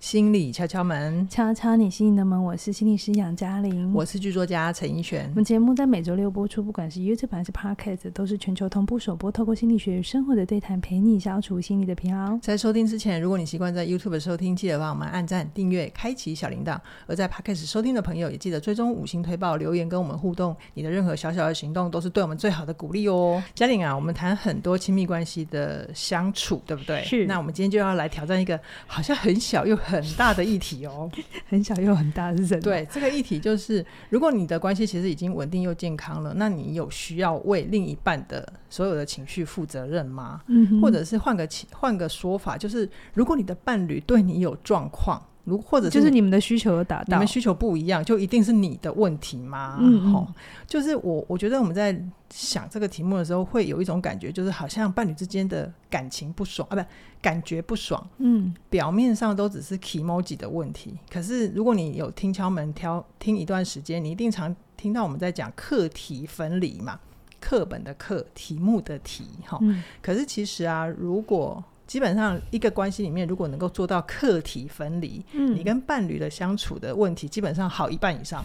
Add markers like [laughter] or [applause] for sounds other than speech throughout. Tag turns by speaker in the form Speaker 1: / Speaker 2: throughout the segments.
Speaker 1: 心理敲敲门，
Speaker 2: 敲敲你心灵的门，我是心理师杨嘉玲。
Speaker 1: 我是剧作家陈奕璇
Speaker 2: 我。们节目在每周六播出，不管是 YouTube 还是 Podcast，都是全球同步首播。透过心理学与生活的对谈，陪你消除心理的疲劳。
Speaker 1: 在收听之前，如果你习惯在 YouTube 收听，记得帮我们按赞、订阅、开启小铃铛；而在 Podcast 收听的朋友，也记得追踪五星推报、留言跟我们互动。你的任何小小的行动，都是对我们最好的鼓励哦。嘉玲啊，我们谈很多亲密关系的相处，对不对？
Speaker 2: 是
Speaker 1: 那我们今天就要来挑战一个好像很小又很大的议题哦。
Speaker 2: [laughs] 很小又很大是真的。，
Speaker 1: 对，这个议题就是，如果你的关系其实已经稳定又健康了，那你有需要为另一半的所有的情绪负责任吗？
Speaker 2: 嗯哼，
Speaker 1: 或者是换个情换个说法，就是如果你的伴侣对你有状况，如或者是
Speaker 2: 就是你们的需求有达
Speaker 1: 你
Speaker 2: 到
Speaker 1: 们，需求不一样，就一定是你的问题吗？
Speaker 2: 嗯嗯
Speaker 1: 吼就是我我觉得我们在想这个题目的时候，会有一种感觉，就是好像伴侣之间的感情不爽啊，不感觉不爽，
Speaker 2: 嗯，
Speaker 1: 表面上都只是 emoji 的问题，可是如果你有听敲门挑听一段时间，你一定常听到我们在讲课题分离嘛，课本的课，题目的题，哈、
Speaker 2: 嗯
Speaker 1: 可是其实啊，如果基本上一个关系里面，如果能够做到课题分离，
Speaker 2: 嗯
Speaker 1: 你跟伴侣的相处的问题基本上好一半以
Speaker 2: [laughs]
Speaker 1: 上。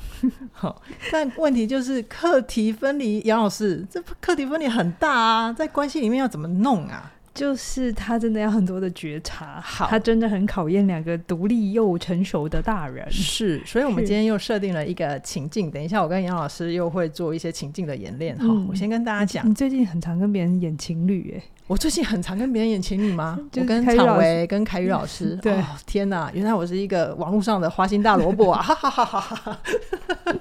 Speaker 1: 好，但问题就是课题分离，杨老师，这课题分离很大啊，在关系里面要怎么弄啊？
Speaker 2: 就是他真的要很多的觉察，
Speaker 1: 好
Speaker 2: 他真的很考验两个独立又成熟的大人。
Speaker 1: 是，所以我们
Speaker 2: 是
Speaker 1: 今天又设定了一个情境。等一下，我跟杨老师又会做一些情境的演练哈、
Speaker 2: 嗯
Speaker 1: 我先跟大家讲
Speaker 2: 你，最近很常跟别人演情侣耶，
Speaker 1: 我最近很常跟别人演情侣吗？
Speaker 2: [laughs] 就
Speaker 1: 我
Speaker 2: 是
Speaker 1: 跟
Speaker 2: 凯宇
Speaker 1: 常
Speaker 2: 老，
Speaker 1: 维、跟凯宇老师
Speaker 2: [laughs] 对
Speaker 1: 哦，天哪，原来我是一个网络上的花心大萝卜啊！哈哈哈哈哈哈！ [laughs]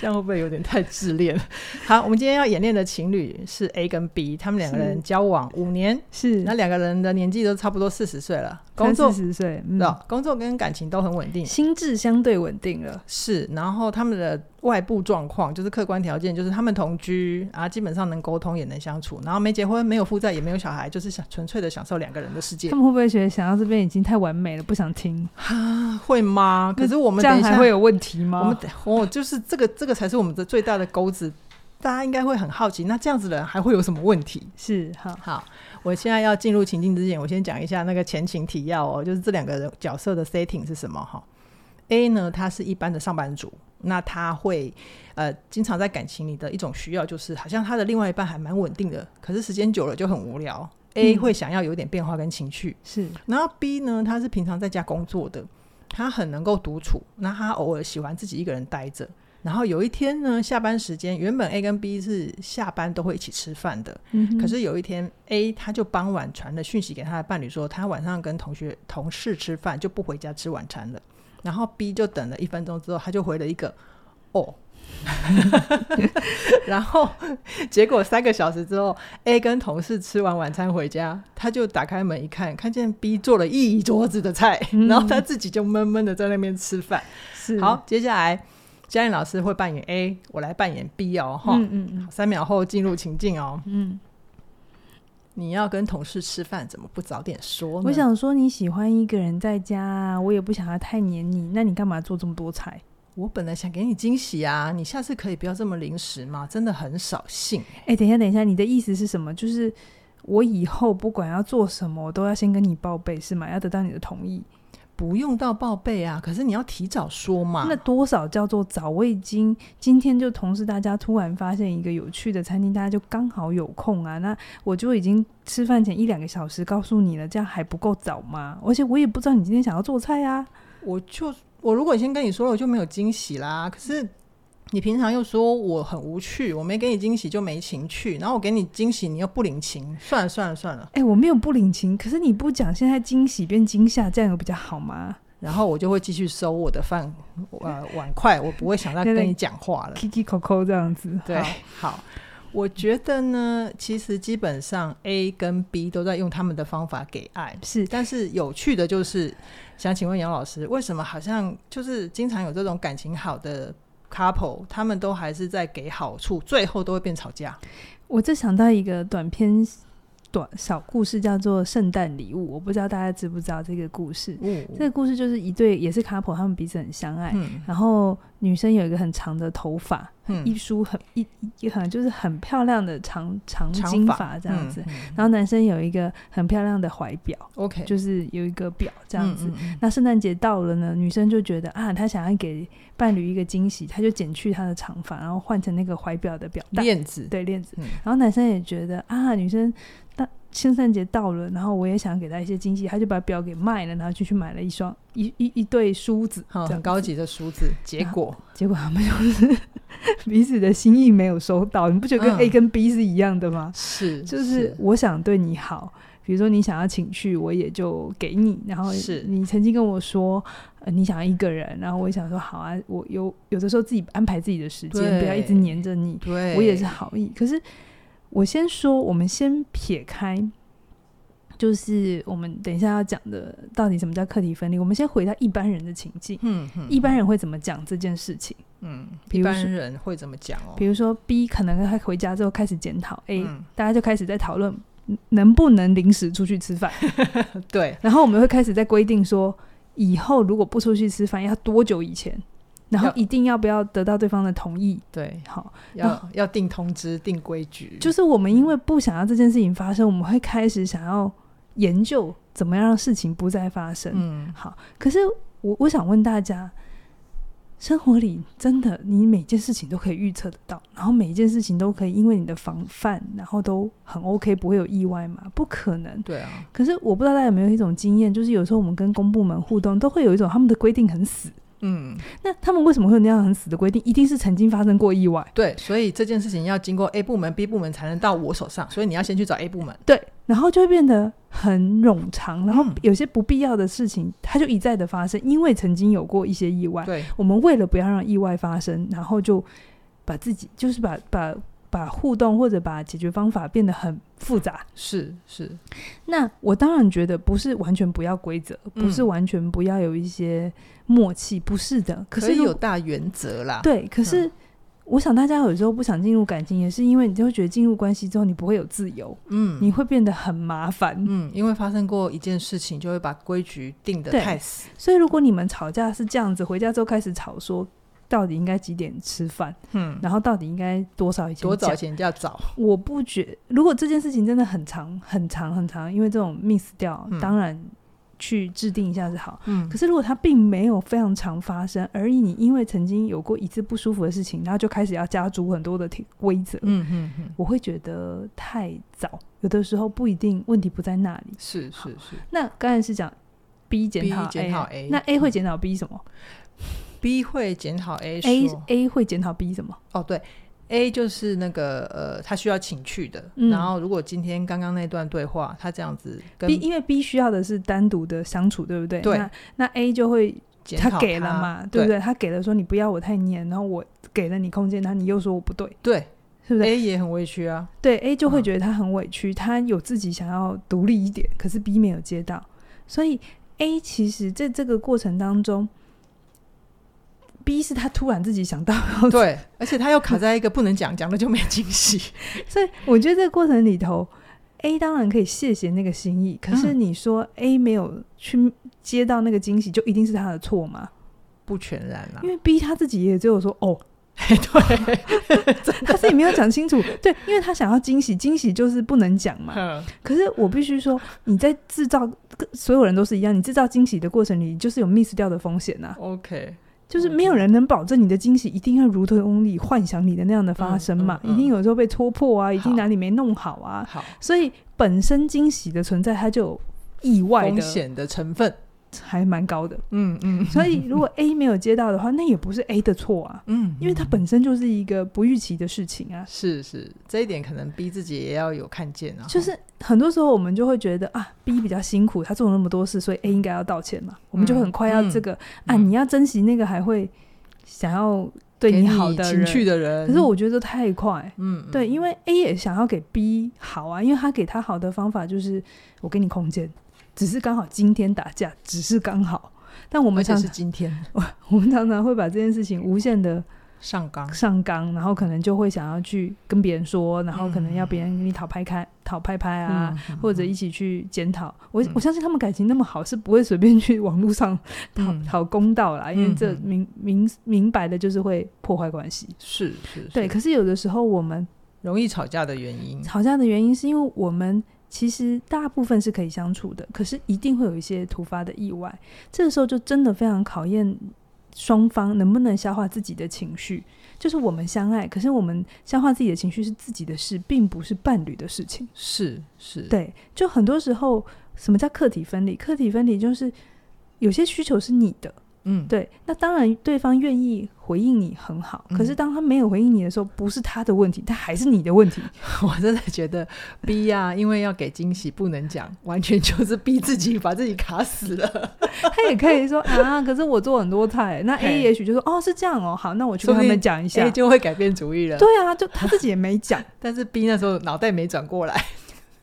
Speaker 1: 这样会不会有点太自恋？好，我们今天要演练的情侣是 A 跟 B，他们两个
Speaker 2: 是
Speaker 1: 人交往五年，
Speaker 2: 是
Speaker 1: 那两个人的年纪都差不多四十岁了，工
Speaker 2: 三
Speaker 1: 作
Speaker 2: 四十岁，嗯，
Speaker 1: 的工作跟感情都很稳定，
Speaker 2: 心智相对稳定了，
Speaker 1: 是，然后他们的外部状况就是客观条件，就是他们同居啊，基本上能沟通也能相处，然后没结婚、没有负债、也没有小孩，就是想纯粹的享受两个人的世界
Speaker 2: 他们会不会觉得想到这边已经太完美了，不想听？
Speaker 1: 啊？会吗？可是我们
Speaker 2: 这
Speaker 1: 等
Speaker 2: 样
Speaker 1: 一
Speaker 2: 还
Speaker 1: 下，
Speaker 2: 会有问题吗？
Speaker 1: 我们哦，就是这个这个才是我们的最大的钩子，大家应该会很好奇，那这样子的人还会有什么问题？
Speaker 2: 是好，
Speaker 1: 好，我现在要进入情境之前，我先讲一下那个前情提要哦，就是这两个人角色的 setting 是什么哈。A 呢，他是一般的上班族，那他会呃经常在感情里的一种需要，就是好像他的另外一半还蛮稳定的，可是时间久了就很无聊。A
Speaker 2: 嗯
Speaker 1: 会想要有点变化跟情趣，
Speaker 2: 是
Speaker 1: 然后 B 呢，他是平常在家工作的，他很能够独处，那他偶尔喜欢自己一个人待着。然后有一天呢，下班时间，原本 A 跟 B 是下班都会一起吃饭的，
Speaker 2: 嗯哼，
Speaker 1: 可是有一天，A 他就傍晚传了讯息给他的伴侣说，他晚上跟同学同事吃饭就不回家吃晚餐了。然后 B 就等了一分钟之后，他就回了一个“哦”， [laughs] 然后结果三个小时之后，A 跟同事吃完晚餐回家，他就打开门一看，看见 B 做了一桌子的菜，
Speaker 2: 嗯
Speaker 1: 然后他自己就闷闷的在那边吃饭。
Speaker 2: 是
Speaker 1: 好，，接下来嘉颖老师会扮演 A，我来扮演 B 哦，哈、
Speaker 2: 嗯嗯嗯
Speaker 1: 三秒后进入情境哦。
Speaker 2: 嗯，
Speaker 1: 你要跟同事吃饭，怎么不早点说呢？
Speaker 2: 我想说你喜欢一个人在家啊，我也不想要太黏你，那你干嘛做这么多菜？
Speaker 1: 我本来想给你惊喜啊，你下次可以不要这么临时嘛，真的很扫兴。
Speaker 2: 哎，等一下，等一下，你的意思是什么？就是我以后不管要做什么，我都要先跟你报备是吗？要得到你的同意。
Speaker 1: 不用到报备啊，可是你要提早说嘛。
Speaker 2: 那多少叫做早？我已经今天就同事大家突然发现一个有趣的餐厅，大家就刚好有空啊，那我就已经吃饭前一两个小时告诉你了，这样还不够早吗？而且我也不知道你今天想要做菜啊，
Speaker 1: 我就我如果先跟你说了，我就没有惊喜啦。可是你平常又说我很无趣，我没给你惊喜就没情趣，然后我给你惊喜你又不领情，算了算了算了。
Speaker 2: 哎、我没有不领情，可是你不讲，现在惊喜变惊吓，这样有比较好吗
Speaker 1: 然后我就会继续收我的饭呃碗筷，我不会想再
Speaker 2: 对对
Speaker 1: 跟你讲话了。
Speaker 2: ？Kiki Coco 这样子，
Speaker 1: 对
Speaker 2: 好，
Speaker 1: 好，我觉得呢，其实基本上 A 跟 B 都在用他们的方法给爱，
Speaker 2: 是
Speaker 1: 但是有趣的就是，想请问杨老师，为什么好像就是经常有这种感情好的 couple，他们都还是在给好处，最后都会变吵架？
Speaker 2: 我这想到一个短篇短小故事，叫做《圣诞礼物》，我不知道大家知不知道这个故事。
Speaker 1: 嗯
Speaker 2: 这个故事就是一对也是 couple，他们彼此很相爱，
Speaker 1: 嗯
Speaker 2: 然后女生有一个很长的头发，一
Speaker 1: 嗯，
Speaker 2: 梳很一一很就是很漂亮的长长
Speaker 1: 长
Speaker 2: 金
Speaker 1: 发
Speaker 2: 发这样子。
Speaker 1: 嗯嗯
Speaker 2: 然后男生有一个很漂亮的怀表，
Speaker 1: OK，
Speaker 2: 就是有一个表
Speaker 1: 这
Speaker 2: 这样子。
Speaker 1: 嗯嗯
Speaker 2: 那圣诞节到了呢，女生就觉得啊，她想要给伴侣一个惊喜，她就剪去她的长发，然后换成那个怀表的表带，
Speaker 1: 链子，
Speaker 2: 对链子。
Speaker 1: 嗯
Speaker 2: 然后男生也觉得啊，女生到圣诞节到了，然后我也想给她一些惊喜，他就把表给卖了，然后就去买了一双一一一对梳子，
Speaker 1: 好，
Speaker 2: 这
Speaker 1: 很
Speaker 2: 样
Speaker 1: 高级的梳子，结果
Speaker 2: 结果他们就是 [laughs] 彼此的心意没有收到，你不觉得跟
Speaker 1: 嗯
Speaker 2: A 跟 B 是一样的吗？
Speaker 1: 是
Speaker 2: 就是我想对你好，比如说你想要情趣，我也就给你。然后
Speaker 1: 是
Speaker 2: 你曾经跟我说、呃你想要一个人，然后我也想说好啊，我有有的时候自己安排自己的时间，不要一直
Speaker 1: 对
Speaker 2: 黏着你。
Speaker 1: 对，
Speaker 2: 我也是好意，可是我先说，我们先撇开。就是我们等一下要讲的，到底什么叫课题分离？我们先回到一般人的情境，
Speaker 1: 嗯，嗯，
Speaker 2: 一般人会怎么讲这件事情？
Speaker 1: 嗯，
Speaker 2: 比
Speaker 1: 一
Speaker 2: 如
Speaker 1: 般
Speaker 2: 说
Speaker 1: 人会怎么讲哦？
Speaker 2: 比如说 B 可能他回家之后开始检讨 A，、
Speaker 1: 嗯，
Speaker 2: 大家就开始在讨论嗯能不能临时出去吃饭， [laughs]
Speaker 1: 对，
Speaker 2: 然后我们会开始在规定说，以后如果不出去吃饭要多久以前，然后
Speaker 1: 要嗯
Speaker 2: 一定要不要得到对方的同意。
Speaker 1: 对，
Speaker 2: 好，
Speaker 1: 要要定通知、定规矩，
Speaker 2: 就是我们因为不想要这件事情发生，我们会开始想要研究怎么样让事情不再发生。
Speaker 1: 嗯，
Speaker 2: 好，可是我我想问大家，生活里真的你每件事情都可以预测得到，然后每一件事情都可以因为你的防范，然后都很 OK，不会有意外吗？不可能。
Speaker 1: 对啊，
Speaker 2: 可是我不知道大家有没有一种经验，就是有时候我们跟公部门互动，都会有一种他们的规定很死。
Speaker 1: 嗯，
Speaker 2: 那他们为什么会有那样很死的规定？一定是曾经发生过意外。
Speaker 1: 对，所以这件事情要经过 A 部门、B 部门才能到我手上，所以你要先去找 A 部门，
Speaker 2: 对，然后就会变得很冗长，然后
Speaker 1: 嗯
Speaker 2: 有些不必要的事情，它就一再的发生，因为曾经有过一些意外。
Speaker 1: 对，
Speaker 2: 我们为了不要让意外发生，然后就把自己就是把把把互动或者把解决方法变得很复杂。
Speaker 1: 是是，
Speaker 2: 那我当然觉得不是完全不要规则，
Speaker 1: 嗯
Speaker 2: 不是完全不要有一些默契，不是的。可
Speaker 1: 可
Speaker 2: 是
Speaker 1: 以
Speaker 2: 如
Speaker 1: 有嗯大原则啦，
Speaker 2: 对，可是。我想大家有时候不想进入感情，也是因为你就会觉得进入关系之后你不会有自由，
Speaker 1: 嗯，
Speaker 2: 你会变得很麻烦。
Speaker 1: 嗯，因为发生过一件事情，就会把规矩定得
Speaker 2: 对
Speaker 1: 太死，
Speaker 2: 所以如果你们吵架是这样子，回家之后开始吵说到底应该几点吃饭，
Speaker 1: 嗯，
Speaker 2: 然后到底应该多少以前
Speaker 1: 多早
Speaker 2: 讲
Speaker 1: 以前就要找，
Speaker 2: 我不觉，如果这件事情真的很长、很长、很长，因为这种 miss 掉，
Speaker 1: 嗯
Speaker 2: 当然去制定一下是好。
Speaker 1: 嗯
Speaker 2: 可是如果它并没有非常常发生，而你因为曾经有过一次不舒服的事情，然后就开始要加诸很多的挺规则，
Speaker 1: 嗯嗯嗯，
Speaker 2: 我会觉得太早。有的时候不一定问题不在那里。
Speaker 1: 是
Speaker 2: 好
Speaker 1: 是是
Speaker 2: 那刚才是讲 B 检
Speaker 1: B
Speaker 2: 讨 A，,
Speaker 1: 检讨 A 嗯
Speaker 2: 那 A 会检讨 B 什么、
Speaker 1: ，B 会检讨 A 说
Speaker 2: a A 会检讨 B 什么？
Speaker 1: 哦，对，A 就是那个呃，他需要情趣的。
Speaker 2: 嗯
Speaker 1: 然后如果今天刚刚那段对话，他这样子跟
Speaker 2: B 因为 B 需要的是单独的相处，对不对？
Speaker 1: 对
Speaker 2: 那那 A 就会
Speaker 1: 检讨
Speaker 2: 他给了嘛，对不
Speaker 1: 对
Speaker 2: 对？他给了说你不要我太黏，然后我给了你空间，然后你又说我不对，
Speaker 1: 对
Speaker 2: 是不是？
Speaker 1: a 也很委屈啊。
Speaker 2: 对 A 就会
Speaker 1: 嗯
Speaker 2: 觉得他很委屈，他有自己想要独立一点，可是 B 没有接到，所以 A 其实在这个过程当中，B 是他突然自己想到要做，
Speaker 1: 对，而且他又卡在一个不能讲，讲了就没惊喜。
Speaker 2: 所以我觉得这个过程里头。A 当然可以谢谢那个心意，可是
Speaker 1: 嗯
Speaker 2: 你说 A 没有去接到那个惊喜，就一定是他的错吗？
Speaker 1: 不全然啦
Speaker 2: 因，为 B 他自己也只有说哦，
Speaker 1: 对，
Speaker 2: 他自己没有讲清楚， [laughs] 对，因为他想要惊喜，惊喜就是不能讲嘛。
Speaker 1: 嗯
Speaker 2: 可是我必须说，你在制造所有人都是一样，你制造惊喜的过程里，就是有 miss 掉的风险呐、
Speaker 1: [laughs] ，OK，
Speaker 2: 就是没有人能保证你的惊喜一定要如同你幻想你的那样的发生嘛，
Speaker 1: 嗯嗯嗯
Speaker 2: 一定有时候被戳破啊，一定
Speaker 1: 好
Speaker 2: 哪里没弄 [laughs] 好啊，
Speaker 1: 好，
Speaker 2: 所以本身惊喜的存在，它就有意外
Speaker 1: 风
Speaker 2: 的，
Speaker 1: 险的成分，
Speaker 2: 还蛮高
Speaker 1: [laughs]
Speaker 2: 的。
Speaker 1: 嗯嗯
Speaker 2: 所以如果 A 没有接到的话，那也不是 A 的错啊，
Speaker 1: 嗯，
Speaker 2: 因为它本身就是一个不预期的事情啊。
Speaker 1: 是是这一点，可能逼自己也要有看见啊。
Speaker 2: 就是很多时候我们就会觉得啊，B 比较辛苦，他做了那么多事，所以 A 应该要道歉嘛。我们就会很快要这个、啊，
Speaker 1: 嗯
Speaker 2: 你要珍惜那个还会想要对
Speaker 1: 给
Speaker 2: 你
Speaker 1: 你
Speaker 2: 好的
Speaker 1: 情
Speaker 2: 人。
Speaker 1: 趣的人，
Speaker 2: 可是我觉得太快，
Speaker 1: 嗯，嗯，
Speaker 2: 对，因为 A 也想要给 B 好啊，因为他给他好的方法就是我给你空间，只是刚好今天打架，只是刚好。但我
Speaker 1: 我
Speaker 2: 们
Speaker 1: 们
Speaker 2: 常 [laughs]
Speaker 1: 是今天
Speaker 2: 我们常常会把这件事情无限的
Speaker 1: 上纲，
Speaker 2: 上纲，然后可能就会想要去跟别人说，然后可能要别人跟你讨拍开、讨拍拍啊，
Speaker 1: 嗯
Speaker 2: 或者一起去检讨。我、
Speaker 1: 嗯
Speaker 2: 我相信他们感情那么好，是不会随便去网络上讨、
Speaker 1: 嗯
Speaker 2: 讨公道啦，因为这
Speaker 1: 嗯嗯
Speaker 2: 明明明摆的就是会破坏关系。
Speaker 1: 是是，
Speaker 2: 对，
Speaker 1: 是
Speaker 2: 可是有的时候我们
Speaker 1: 容易吵架的原因，
Speaker 2: 吵架的原因是因为我们其实大部分是可以相处的，可是一定会有一些突发的意外，这个时候就真的非常考验双方能不能消化自己的情绪。就是我们相爱，可是我们消化自己的情绪是自己的事，并不是伴侣的事情。
Speaker 1: 是是，
Speaker 2: 对，就很多时候，什么叫客体分离？客体分离就是有些需求是你的，
Speaker 1: 嗯，
Speaker 2: 对，那当然对方愿意回应你很好，可是
Speaker 1: 嗯
Speaker 2: 当他没有回应你的时候，不是他的问题，他还是你的
Speaker 1: [laughs]
Speaker 2: 问题。
Speaker 1: [laughs] 我真的觉得逼呀、因为要给惊喜不能讲，完全就是逼自己把自己卡死了，
Speaker 2: 他也可以说啊，可是我做很多菜，那
Speaker 1: 嘿
Speaker 2: A 也许就说哦是这样哦，好，那我去
Speaker 1: 说
Speaker 2: 跟
Speaker 1: 不
Speaker 2: 他
Speaker 1: 定
Speaker 2: 们讲一
Speaker 1: 所
Speaker 2: 下
Speaker 1: 以。就会改变主意了。
Speaker 2: 对啊，就他自己也没讲，
Speaker 1: 但是逼那时候脑袋没转过来。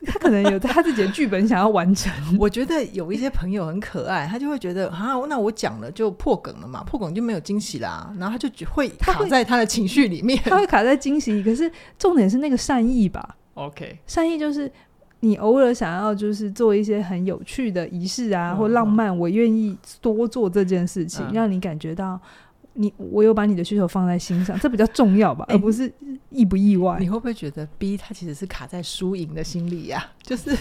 Speaker 2: [laughs] 他可能有他自己的剧本想要
Speaker 1: [laughs]
Speaker 2: 完成。
Speaker 1: 我觉得有一些朋友很可爱，他就会觉得啊，那我讲了就破梗了嘛，破梗就没有惊喜啦，然后他就只会
Speaker 2: 他
Speaker 1: 卡
Speaker 2: 会
Speaker 1: 在他的情绪里面。
Speaker 2: [laughs] 他会卡在惊喜，可是重点是那个善意吧？
Speaker 1: OK，
Speaker 2: 善意就是你偶尔想要就是做一些很有趣的仪式啊，
Speaker 1: 嗯
Speaker 2: 或浪漫，我愿意多做这件事情，
Speaker 1: 嗯
Speaker 2: 让你感觉到你我有把你的需求放在心上，这比较重要吧，
Speaker 1: 哎
Speaker 2: 而不是意不意外
Speaker 1: 你。会不会觉得逼他其实是卡在输赢的心理呀、 [laughs] 就是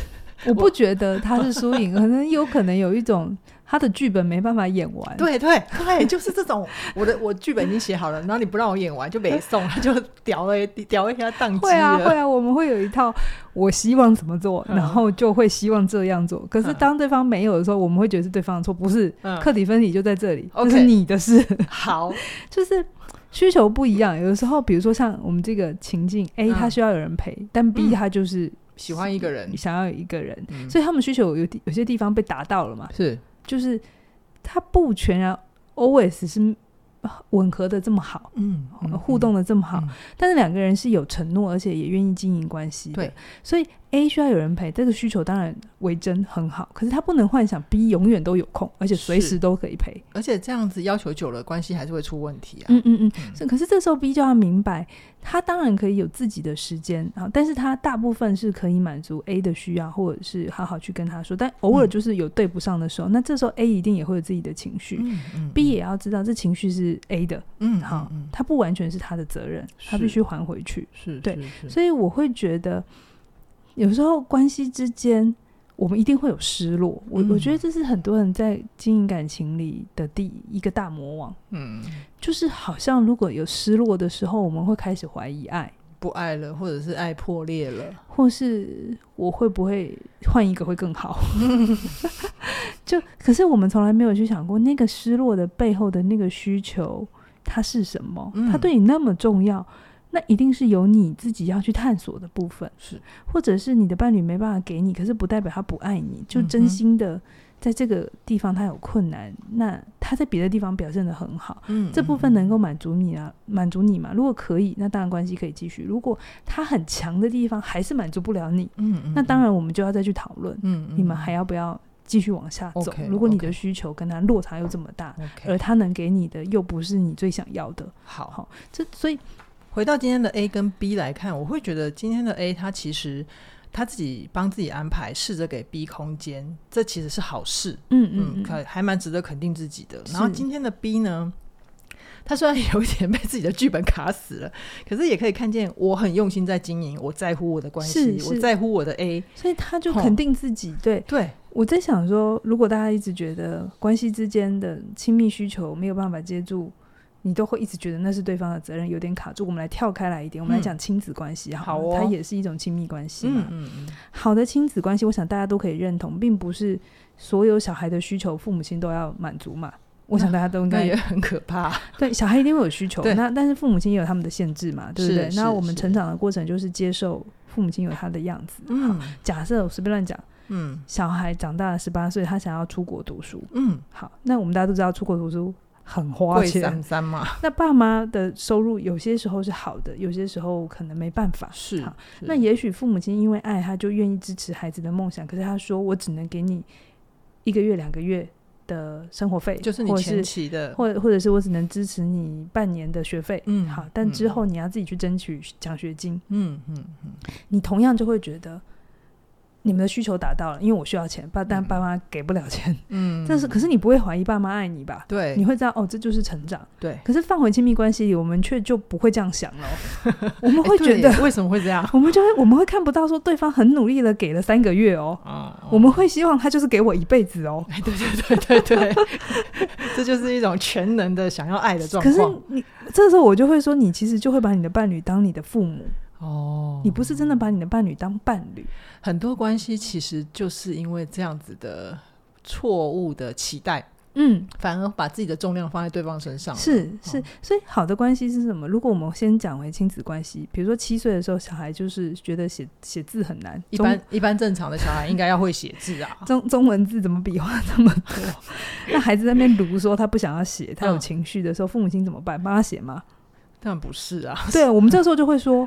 Speaker 2: 我不觉得他是输 [laughs] 赢，可能有可能有一种他的剧本没办法演完。，
Speaker 1: 对对对， [laughs] 就是这种。我的我剧本已经写好了，然后你不让我演完就没送，他就屌了屌一下宕机
Speaker 2: 会啊
Speaker 1: 了。
Speaker 2: 会啊，我们会有一套我希望怎么做，
Speaker 1: 嗯
Speaker 2: 然后就会希望这样做。可是
Speaker 1: 嗯
Speaker 2: 当对方没有的时候，我们会觉得是对方的错，不是。
Speaker 1: 嗯
Speaker 2: 课题分离就在这里，这
Speaker 1: OK
Speaker 2: 是你的事，
Speaker 1: 好，
Speaker 2: 就是需求不一样。有的时候，比如说像我们这个情境，A
Speaker 1: 嗯
Speaker 2: 他需要有人陪，但 B
Speaker 1: 嗯
Speaker 2: 他就是
Speaker 1: 喜欢一个人，
Speaker 2: 想要有一个人，
Speaker 1: 嗯
Speaker 2: 所以他们需求有有些地方被达到了嘛，
Speaker 1: 是
Speaker 2: 就是他不全然 always 是吻合的这么好，
Speaker 1: 嗯
Speaker 2: 互动的这么好，
Speaker 1: 嗯
Speaker 2: 但是两个人是有承诺，而且也愿意经营关系的。
Speaker 1: 对，
Speaker 2: 所以 A 需要有人陪，这个需求当然为真很好，可是他不能幻想 B 永远都有空，而且随
Speaker 1: 是
Speaker 2: 时都可以陪。
Speaker 1: 而且这样子要求久了，关系还是会出问题啊。
Speaker 2: 嗯嗯嗯。
Speaker 1: 嗯
Speaker 2: 是，可是这时候 B 就要明白，他当然可以有自己的时间啊，但是他大部分是可以满足 A 的需要，或者是好好去跟他说，但偶尔
Speaker 1: 嗯
Speaker 2: 就是有对不上的时候，那这时候 A 一定也会有自己的情绪、
Speaker 1: 嗯嗯
Speaker 2: b 也要知道这情绪是 A 的，
Speaker 1: 嗯
Speaker 2: 好，
Speaker 1: 嗯嗯
Speaker 2: 他不完全是他的责任，他
Speaker 1: 是
Speaker 2: 必须还回去。
Speaker 1: 是，
Speaker 2: 对
Speaker 1: 是，是
Speaker 2: 所以我会觉得，有时候关系之间，我们一定会有失落。我、我
Speaker 1: 嗯
Speaker 2: 觉得这是很多人在经营感情里的第一个大魔王，
Speaker 1: 嗯
Speaker 2: 就是好像如果有失落的时候，我们会开始怀疑爱，
Speaker 1: 不爱了，或者是爱破裂了，
Speaker 2: 或是我会不会换一个会更好？ [laughs] 就可是我们从来没有去想过，那个失落的背后的那个需求，它是什么？
Speaker 1: 嗯
Speaker 2: 它对你那么重要，那一定是有你自己要去探索的部分。
Speaker 1: 是
Speaker 2: 或者是你的伴侣没办法给你，可是不代表他不爱你，
Speaker 1: 嗯
Speaker 2: 就
Speaker 1: 哼
Speaker 2: 真心的在这个地方他有困难，那他在别的地方表现得很好，
Speaker 1: 嗯
Speaker 2: 这部分能够满足你啊，满足你嘛？如果可以，那当然关系可以继续；如果他很强的地方还是满足不了你，
Speaker 1: 嗯嗯，
Speaker 2: 那当然我们就要再去讨论，
Speaker 1: 嗯嗯，
Speaker 2: 你们还要不要继续往下走
Speaker 1: OK，？
Speaker 2: 如果你的
Speaker 1: OK
Speaker 2: 需求跟他落差又这么大，而
Speaker 1: OK
Speaker 2: 他能给你的又不是你最想要的，
Speaker 1: 好。
Speaker 2: 呃好，这所以
Speaker 1: 回到今天的 A 跟 B 来看，我会觉得今天的 A 他其实他自己帮自己安排，试着给 B 空间，这其实是好事，
Speaker 2: 嗯嗯
Speaker 1: 嗯，
Speaker 2: 嗯，
Speaker 1: 可还蛮值得肯定自己的。
Speaker 2: 是
Speaker 1: 然后今天的 B 呢，他虽然有一点被自己的剧本卡死了， [laughs] 可是也可以看见我很用心在经营，我在乎我的关系，
Speaker 2: 是是
Speaker 1: 我在乎我的 A，
Speaker 2: 所以他就
Speaker 1: 吼
Speaker 2: 肯定自己对。
Speaker 1: 对，
Speaker 2: 我在想说，如果大家一直觉得关系之间的亲密需求没有办法接住，你都会一直觉得那是对方的责任，有点卡住。我们来跳开来一点，我们来讲亲子关系好了，
Speaker 1: 嗯好哦
Speaker 2: 它也是一种亲密关系嘛
Speaker 1: 嗯。嗯嗯，
Speaker 2: 好的亲子关系，我想大家都可以认同，并不是所有小孩的需求父母亲都要满足嘛。我想大家都应
Speaker 1: 啊那
Speaker 2: 该
Speaker 1: 也很可怕，
Speaker 2: 对，小孩一定会有需求，
Speaker 1: 对
Speaker 2: 那但是父母亲也有他们的限制嘛，对不
Speaker 1: 是
Speaker 2: 对？
Speaker 1: 是
Speaker 2: 那我们
Speaker 1: 是
Speaker 2: 成长的过程就是接受父母亲有他的样子。
Speaker 1: 嗯
Speaker 2: 假设我随便乱讲，
Speaker 1: 嗯
Speaker 2: 小孩长大了十八岁，他想要出国读书，
Speaker 1: 嗯，
Speaker 2: 好，那我们大家都知道出国读书很花
Speaker 1: 贵
Speaker 2: 钱
Speaker 1: 三。三嘛，
Speaker 2: 那爸妈的收入有些时候是好的，有些时候可能没办法。
Speaker 1: 是
Speaker 2: 好，那也许父母亲因为爱，他就愿意支持孩子的梦想。可是他说：“我只能给你一个月、两个月的生活费，
Speaker 1: 就是你
Speaker 2: 或者
Speaker 1: 前
Speaker 2: 是
Speaker 1: 期的，
Speaker 2: 或或者是我只能支持你半年的学费，
Speaker 1: 嗯
Speaker 2: 好，但之
Speaker 1: 嗯
Speaker 2: 后你要自己去争取奖学金，
Speaker 1: 嗯嗯嗯，
Speaker 2: 你同样就会觉得你们的需求达到了，因为我需要钱，爸但
Speaker 1: 嗯
Speaker 2: 爸妈给不了钱，
Speaker 1: 嗯
Speaker 2: 但是可是你不会怀疑爸妈爱你吧？
Speaker 1: 对
Speaker 2: 你会知道哦，这就是成长。
Speaker 1: 对，
Speaker 2: 可是放回亲密关系里，我们却就不会这样想了，哦
Speaker 1: [laughs]
Speaker 2: 我们
Speaker 1: 哎
Speaker 2: 会
Speaker 1: 对
Speaker 2: 觉得，
Speaker 1: 耶为什么会这 [laughs] 样？
Speaker 2: 我们就会我们会看不到说对方很努力的给了三个月哦，
Speaker 1: 啊 [laughs]
Speaker 2: 我们会希望他就是给我一辈子哦。
Speaker 1: 哎，对对对对对，这就是一种全能的想要爱的状
Speaker 2: 可
Speaker 1: 况。
Speaker 2: 是你这时候我就会说，你其实就会把你的伴侣当你的父母，
Speaker 1: 哦，
Speaker 2: 你不是真的把你的伴侣当伴侣。
Speaker 1: 很多关系其实就是因为这样子的错误的期待，
Speaker 2: 嗯，
Speaker 1: 反而把自己的重量放在对方身上。
Speaker 2: 是是
Speaker 1: 哦，
Speaker 2: 所以好的关系是什么？如果我们先讲回亲子关系，比如说七岁的时候，小孩就是觉得写写字很难，
Speaker 1: 一
Speaker 2: 中。
Speaker 1: 般一般正常的小孩应该要会写字啊 [laughs]
Speaker 2: 中中文字怎么比划这么多？那孩子在那边读说他不想要写，他有
Speaker 1: 嗯
Speaker 2: 情绪的时候，父母亲怎么办？帮他写
Speaker 1: [laughs]
Speaker 2: 吗？
Speaker 1: 但不是啊，
Speaker 2: 对，我们这时候就会说。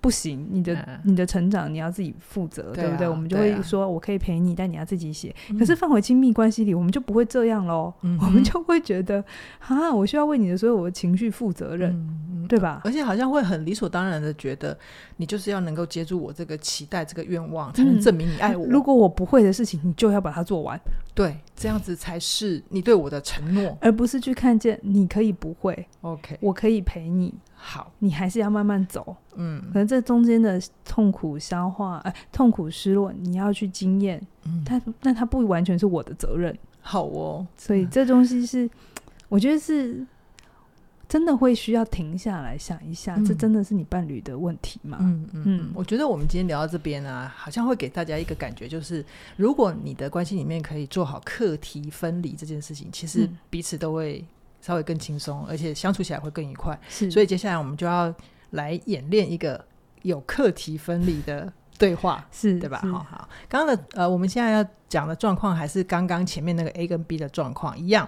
Speaker 2: 不行，你的、
Speaker 1: 嗯
Speaker 2: 你的成长你要自己负责，
Speaker 1: 对
Speaker 2: 对不对？
Speaker 1: 啊
Speaker 2: 我们就
Speaker 1: 对
Speaker 2: 会
Speaker 1: 啊
Speaker 2: 说，我可以陪你，但你要自己写。可是放回亲密关系里，我们就不会这样喽。
Speaker 1: 嗯
Speaker 2: 我
Speaker 1: 哼
Speaker 2: 们就会觉得，啊，我需要为你的所有我的情绪负责任，
Speaker 1: 嗯嗯
Speaker 2: 对吧？
Speaker 1: 而且好像会很理所当然的觉得，你就是要能够接住我这个期待、这个愿望，才能
Speaker 2: 嗯
Speaker 1: 证明你爱哎我。
Speaker 2: 如果我不会的事情，你就要把它做完，
Speaker 1: 对，这样子才是你对我的承诺。
Speaker 2: 而不是去看见你可以不会，
Speaker 1: OK，
Speaker 2: 我可以陪你，
Speaker 1: 好，
Speaker 2: 你还是要慢慢走。
Speaker 1: 嗯
Speaker 2: 可能这中间的痛苦消化，哎、痛苦失落，你要去经验。
Speaker 1: 嗯，
Speaker 2: 它那它不完全是我的责任，
Speaker 1: 好哦，
Speaker 2: 所以这东西是，我觉得是真的会需要停下来想一下，
Speaker 1: 嗯
Speaker 2: 这真的是你伴侣的问题吗？
Speaker 1: 嗯嗯
Speaker 2: 嗯
Speaker 1: 嗯，我觉得我们今天聊到这边啊，好像会给大家一个感觉，就是如果你的关系里面可以做好课题分离这件事情，其实
Speaker 2: 嗯
Speaker 1: 彼此都会稍微更轻松，而且相处起来会更愉快。
Speaker 2: 是，
Speaker 1: 所
Speaker 2: 以
Speaker 1: 以接下来我们就要来演练一个有课题分离的对话。
Speaker 2: 是
Speaker 1: 对吧？
Speaker 2: 是
Speaker 1: 好好，刚刚的呃，我们现在要讲的状况还是刚刚前面那个 A 跟 B 的状况一样，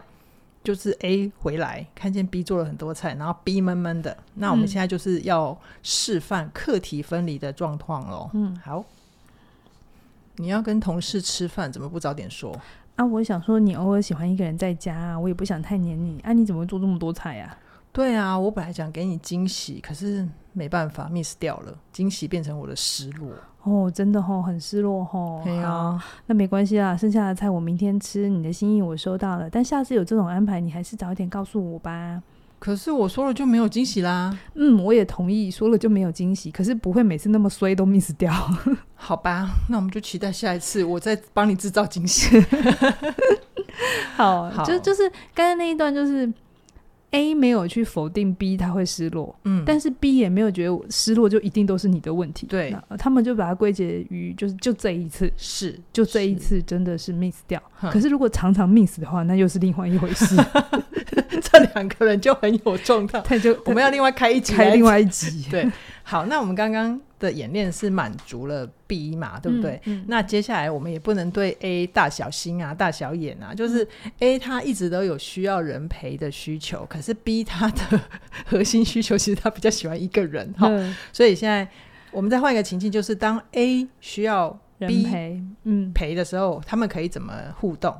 Speaker 1: 就是 A 回来看见 B 做了很多菜，然后 B 闷闷的。那我们
Speaker 2: 嗯
Speaker 1: 现在就是要示范课题分离的状况喽。
Speaker 2: 嗯
Speaker 1: 好，你要跟同事吃饭，怎么不早点说？
Speaker 2: 啊，我想说你偶尔喜欢一个人在家啊，我也不想太黏你啊，你怎么会做这么多菜呀、
Speaker 1: 对啊，我本来想给你惊喜，可是没办法，miss 掉了，惊喜变成我的失落。
Speaker 2: 哦，真的吼，很失落吼。
Speaker 1: 对
Speaker 2: 好，
Speaker 1: 啊，
Speaker 2: 那没关系啦，剩下的菜我明天吃。你的心意我收到了，但下次有这种安排，你还是早一点告诉我吧。
Speaker 1: 可是我说了就没有惊喜啦。
Speaker 2: 嗯，我也同意，说了就没有惊喜，可是不会每次那么衰都 miss 掉。
Speaker 1: 好吧，那我们就期待下一次，我再帮你制造惊喜。
Speaker 2: [laughs] [laughs] 好，
Speaker 1: 好
Speaker 2: 就就是刚才那一段，就是 A 没有去否定 B 他会失落，
Speaker 1: 嗯，
Speaker 2: 但是 B 也没有觉得我失落就一定都是你的问题。
Speaker 1: 对
Speaker 2: 那他们就把它归结于就是就这一次，
Speaker 1: 是
Speaker 2: 就这一
Speaker 1: 是
Speaker 2: 次真的是 miss 掉。
Speaker 1: 哼
Speaker 2: 可是如果常常 miss 的话，那又是另外一回 [laughs] 事。
Speaker 1: [laughs] 这两个人就很有状况。
Speaker 2: 他就
Speaker 1: 我们要另外开一集来
Speaker 2: 开另外一集，
Speaker 1: 对好。那我们刚刚的演练是满足了 B 嘛，对不对？
Speaker 2: 嗯？嗯
Speaker 1: 那接下来我们也不能对 A 大小心啊、大小眼
Speaker 2: 嗯
Speaker 1: 啊，就是 A 他一直都有需要人陪的需求，可是 B 他的核心需求其实他比较喜欢一个人哈、
Speaker 2: 嗯
Speaker 1: 所以现在我们再换一个情境，就是当 A 需要
Speaker 2: 人
Speaker 1: B
Speaker 2: 陪，嗯，
Speaker 1: 陪的时候，他们可以怎么互动？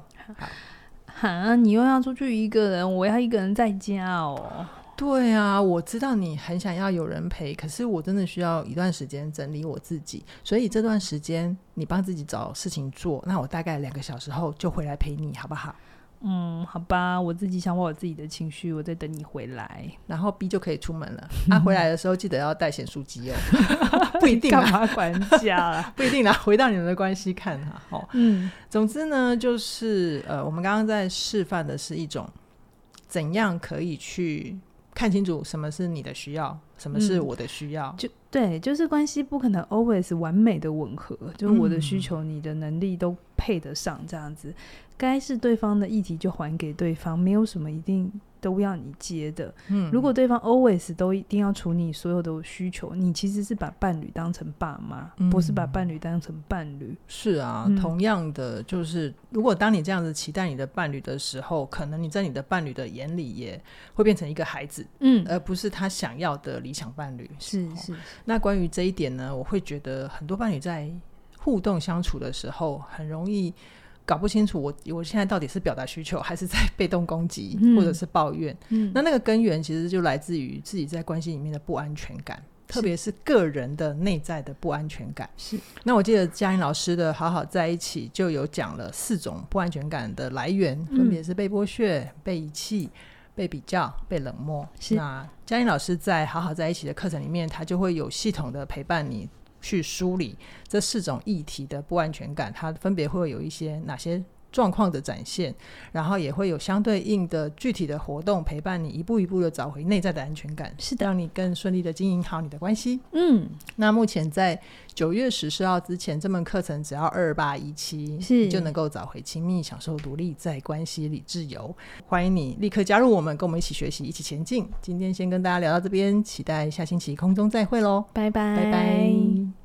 Speaker 2: 哈，你又要出去一个人，我要一个人在家哦。
Speaker 1: 对啊，我知道你很想要有人陪，可是我真的需要一段时间整理我自己，所以这段时间你帮自己找事情做，那我大概两个小时后就回来陪你，好不好？
Speaker 2: 嗯，好吧，我自己想我有自己的情绪，我在等你回来。
Speaker 1: 然后 B 就可以出门了。他、
Speaker 2: [laughs]
Speaker 1: 回来的时候记得要带显书机哦， [laughs] 不一定
Speaker 2: 干
Speaker 1: 啦，
Speaker 2: 嘛管
Speaker 1: [laughs]
Speaker 2: 家啊？
Speaker 1: 不一定啦，回到你们的关系看哈、哦，
Speaker 2: 嗯
Speaker 1: 总之呢，就是呃，我们刚刚在示范的是一种怎样可以去看清楚什么是你的需要，什么是
Speaker 2: 嗯
Speaker 1: 我的需要。
Speaker 2: 就对，就是关系不可能 always 完美的吻合，就是我的需
Speaker 1: 嗯
Speaker 2: 求、你的能力都配得上这样子。该是对方的议题就还给对方，没有什么一定都要你接的。
Speaker 1: 嗯
Speaker 2: 如果对方 always 都一定要处理所有的需求，你其实是把伴侣当成爸妈，
Speaker 1: 嗯
Speaker 2: 不是把伴侣当成伴侣。
Speaker 1: 是啊，
Speaker 2: 嗯
Speaker 1: 同样的，就是如果当你这样子期待你的伴侣的时候，可能你在你的伴侣的眼里也会变成一个孩子，
Speaker 2: 嗯，
Speaker 1: 而不是他想要的理想伴侣。
Speaker 2: 是
Speaker 1: 哦
Speaker 2: 是，
Speaker 1: 那关于这一点呢，我会觉得很多伴侣在互动相处的时候，很容易搞不清楚我我现在到底是表达需求，还是在被动攻击，
Speaker 2: 嗯
Speaker 1: 或者是抱怨。
Speaker 2: 嗯
Speaker 1: 那那个根源其实就来自于自己在关系里面的不安全感，特别是个人的内在的不安全感。
Speaker 2: 是，
Speaker 1: 那我记得嘉玲老师的《好好在一起》就有讲了四种不安全感的来源，
Speaker 2: 嗯
Speaker 1: 分别是被剥削、被遗弃。被比较、被冷漠，
Speaker 2: 是
Speaker 1: 那嘉玲老师在《好好在一起》的课程里面，他就会有系统的陪伴你去梳理这四种议题的不安全感，它分别会有一些哪些状况的展现，然后也会有相对应的具体的活动陪伴你一步一步的找回内在的安全感，
Speaker 2: 是的，
Speaker 1: 让你更顺利的经营好你的关系。
Speaker 2: 嗯，
Speaker 1: 那目前在九月十四号之前，这门课程只要二八一七，
Speaker 2: 是
Speaker 1: 你就能够找回亲密、享受独立，在关系里自由。欢迎你立刻加入我们，跟我们一起学习，一起前进。今天先跟大家聊到这边，期待下星期空中再会喽，
Speaker 2: 拜拜
Speaker 1: 拜拜